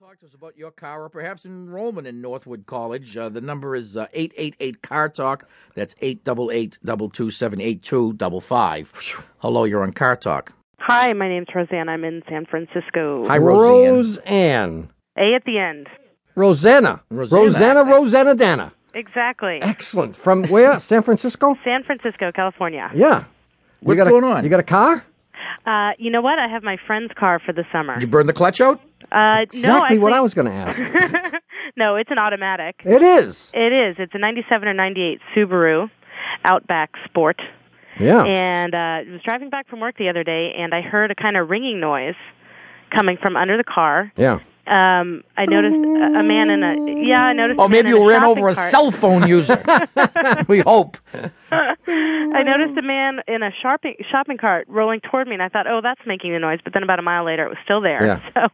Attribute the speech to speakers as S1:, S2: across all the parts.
S1: Talk to us about your car or perhaps enrollment in Northwood College. Uh, the number is uh, 888 Car Talk. That's 888 227 Hello, you're on Car Talk.
S2: Hi, my name's Roseanne. I'm in San Francisco.
S1: Hi, Roseanne.
S3: Roseanne.
S2: A at the end.
S3: Rosanna.
S1: Rosanna.
S3: Rosanna, Rosanna Dana.
S2: Exactly.
S3: Excellent. From where? San Francisco?
S2: San Francisco, California.
S3: Yeah. You
S1: What's
S3: got a-
S1: going on?
S3: You got a car?
S2: Uh, you know what? I have my friend's car for the summer.
S1: You burned the clutch out?
S2: Uh, no,
S3: exactly what I
S2: actually-
S3: was going to ask.
S2: no, it's an automatic.
S3: It is.
S2: It is. It's a 97 or 98 Subaru Outback Sport.
S3: Yeah.
S2: And uh, I was driving back from work the other day, and I heard a kind of ringing noise coming from under the car.
S3: yeah.
S2: Um, I noticed a, a man in a yeah. I noticed.
S1: Oh,
S2: a man
S1: maybe
S2: in
S1: you
S2: a
S1: ran
S2: shopping
S1: over a
S2: cart.
S1: cell phone user. we hope.
S2: I noticed a man in a shopping shopping cart rolling toward me, and I thought, "Oh, that's making the noise." But then about a mile later, it was still there.
S3: Yeah.
S2: So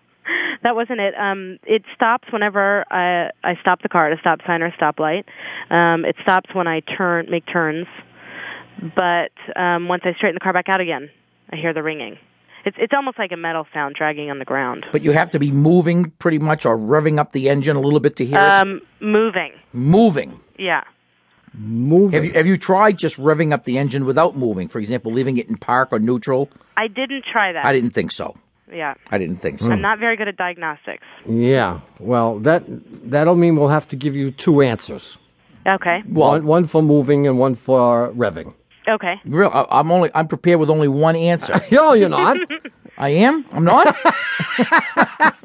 S2: that wasn't it. Um, it stops whenever I I stop the car at a stop sign or a stoplight. Um, it stops when I turn make turns, but um, once I straighten the car back out again, I hear the ringing. It's it's almost like a metal sound dragging on the ground.
S1: But you have to be moving pretty much or revving up the engine a little bit to hear
S2: Um, moving.
S1: it. Moving.
S2: Yeah.
S3: Moving.
S1: Have you, have you tried just revving up the engine without moving? For example, leaving it in park or neutral?
S2: I didn't try that.
S1: I didn't think so.
S2: yeah.
S1: I didn't think so.
S2: I'm
S3: Hmm.
S2: not very good at diagnostics.
S3: yeah. Well, that that'll mean we'll have to give you two answers.
S2: Okay.
S3: one, one for moving and one for revving.
S2: Okay.
S1: Real, I- I'm only I'm prepared with only one answer.
S3: No, you're not.
S1: I am. I'm not.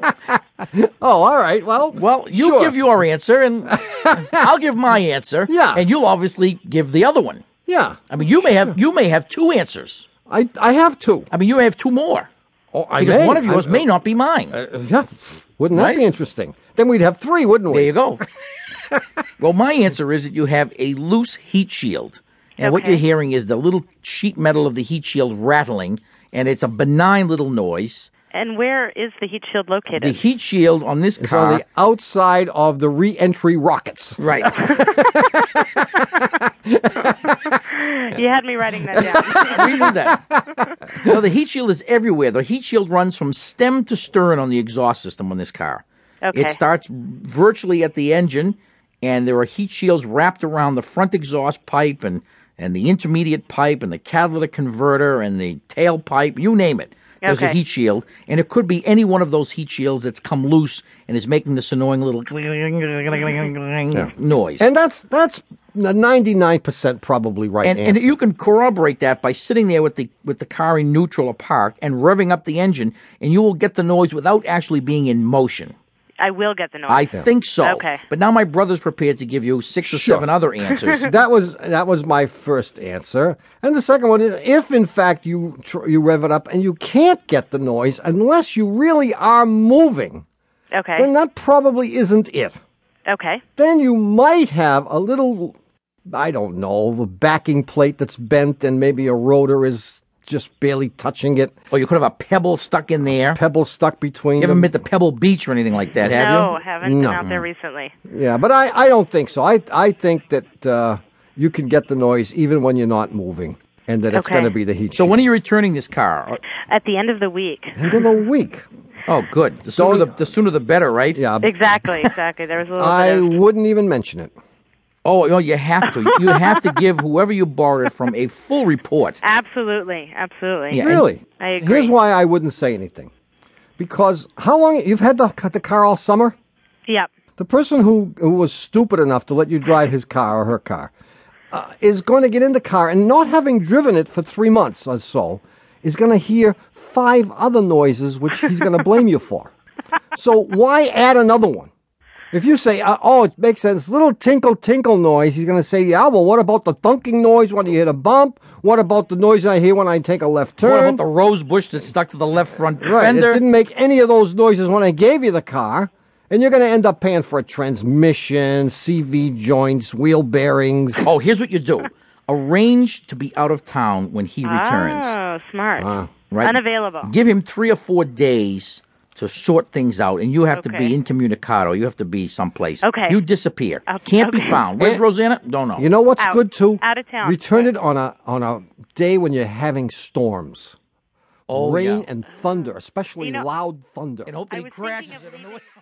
S3: oh, all right. Well,
S1: Well, you
S3: Sure.
S1: give your answer, and I'll give my answer.
S3: Yeah.
S1: and you'll obviously give the other one.
S3: yeah.
S1: I mean, you may have you may have two answers.
S3: I I have two.
S1: I mean, you may have two more
S3: Oh, I
S1: because
S3: may.
S1: one of
S3: I'm-
S1: yours may not be mine.
S3: Yeah. Wouldn't
S1: Right?
S3: that be interesting? Then we'd have three, wouldn't
S1: there
S3: we?
S1: you go. well, my answer is that you have a loose heat shield, and what
S2: Okay.
S1: you're hearing is the little sheet metal of the heat shield rattling, and it's a benign little noise.
S2: And where is the heat shield located?
S1: The heat shield on this
S3: It's on
S1: car.
S3: the outside of the re-entry rockets.
S1: Right.
S2: You had me writing that down.
S1: we knew that. no, the heat shield is everywhere. The heat shield runs from stem to stern on the exhaust system on this car.
S2: Okay.
S1: It starts virtually at the engine, and there are heat shields wrapped around the front exhaust pipe and, and the intermediate pipe and the catalytic converter and the tailpipe, you name it. There's a
S2: Okay.
S1: heat shield, and it could be any one of those heat shields that's come loose and is making this annoying little noise.
S3: And that's that's ninety-nine percent probably right
S1: and, and
S3: answer.
S1: you can corroborate that by sitting there with the with the car in neutral or park and revving up the engine, and you will get the noise without actually being in motion.
S2: I will get the noise.
S1: I think so.
S2: Okay.
S1: But now my brother's prepared to give you six or
S3: Sure.
S1: seven other answers.
S3: that was that was my first answer, and the second one is if in fact you tr- you rev it up and you can't get the noise unless you really are moving,
S2: okay.
S3: then that probably isn't it.
S2: okay.
S3: Then you might have a little, I don't know, a backing plate that's bent and maybe a rotor is just barely touching it,
S1: or Oh, you could have a pebble stuck in there.
S3: pebbles stuck between
S1: you haven't
S3: them.
S1: been to Pebble Beach or anything like that, have
S2: no,
S1: you?
S2: haven't
S3: No.
S2: been out there recently.
S3: yeah, but I, I don't think so. I I think that uh, you can get the noise even when you're not moving, and that it's
S2: Okay.
S3: going to be the heat.
S1: So
S3: shield.
S1: when are you returning this car?
S2: At the end of the week.
S3: end of the week.
S1: Oh, good. The sooner the, the sooner the better, right?
S3: Yeah,
S2: Exactly, exactly. There was a little
S3: I
S2: bit of,
S3: wouldn't even mention it.
S1: Oh, no, you have to. You have to give whoever you borrowed it from a full report.
S2: Absolutely, absolutely.
S1: Yeah. and-
S3: Really,
S2: I agree.
S3: here's why I wouldn't say anything, because how long you've had the the car all summer?
S2: Yep.
S3: The person who, who was stupid enough to let you drive his car or her car uh, is going to get in the car and not having driven it for three months or so is going to hear five other noises which he's going to blame you for. So why add another one? If you say, uh, oh, it makes this little tinkle tinkle noise, he's going to say, yeah, well, what about the thunking noise when you hit a bump? What about the noise I hear when I take a left turn?
S1: What about the rose bush that's stuck to the left front
S3: Right.
S1: fender?
S3: It didn't make any of those noises when I gave you the car. And you're going to end up paying for a transmission, CV joints, wheel bearings.
S1: Oh, here's what you do. Arrange to be out of town when he returns.
S2: Oh, smart.
S1: right.
S2: Unavailable.
S1: Give him three or four days to sort things out, and you have to
S2: Okay.
S1: be incommunicado. You have to be someplace.
S2: Okay.
S1: You disappear.
S2: Okay.
S1: Can't be
S2: Okay.
S1: found. Where's
S3: Eh,
S1: Rosanna? Don't know.
S3: You know what's
S2: Out.
S3: good too?
S2: Out of town.
S3: Return it on a on a day when you're having storms,
S1: oh,
S3: rain
S1: yeah.
S3: and thunder, especially
S2: You know-
S3: loud thunder.
S1: And hope that
S2: I
S1: he
S2: was
S1: crashes
S2: thinking
S1: it
S2: of
S1: on the
S2: leaving-
S1: way.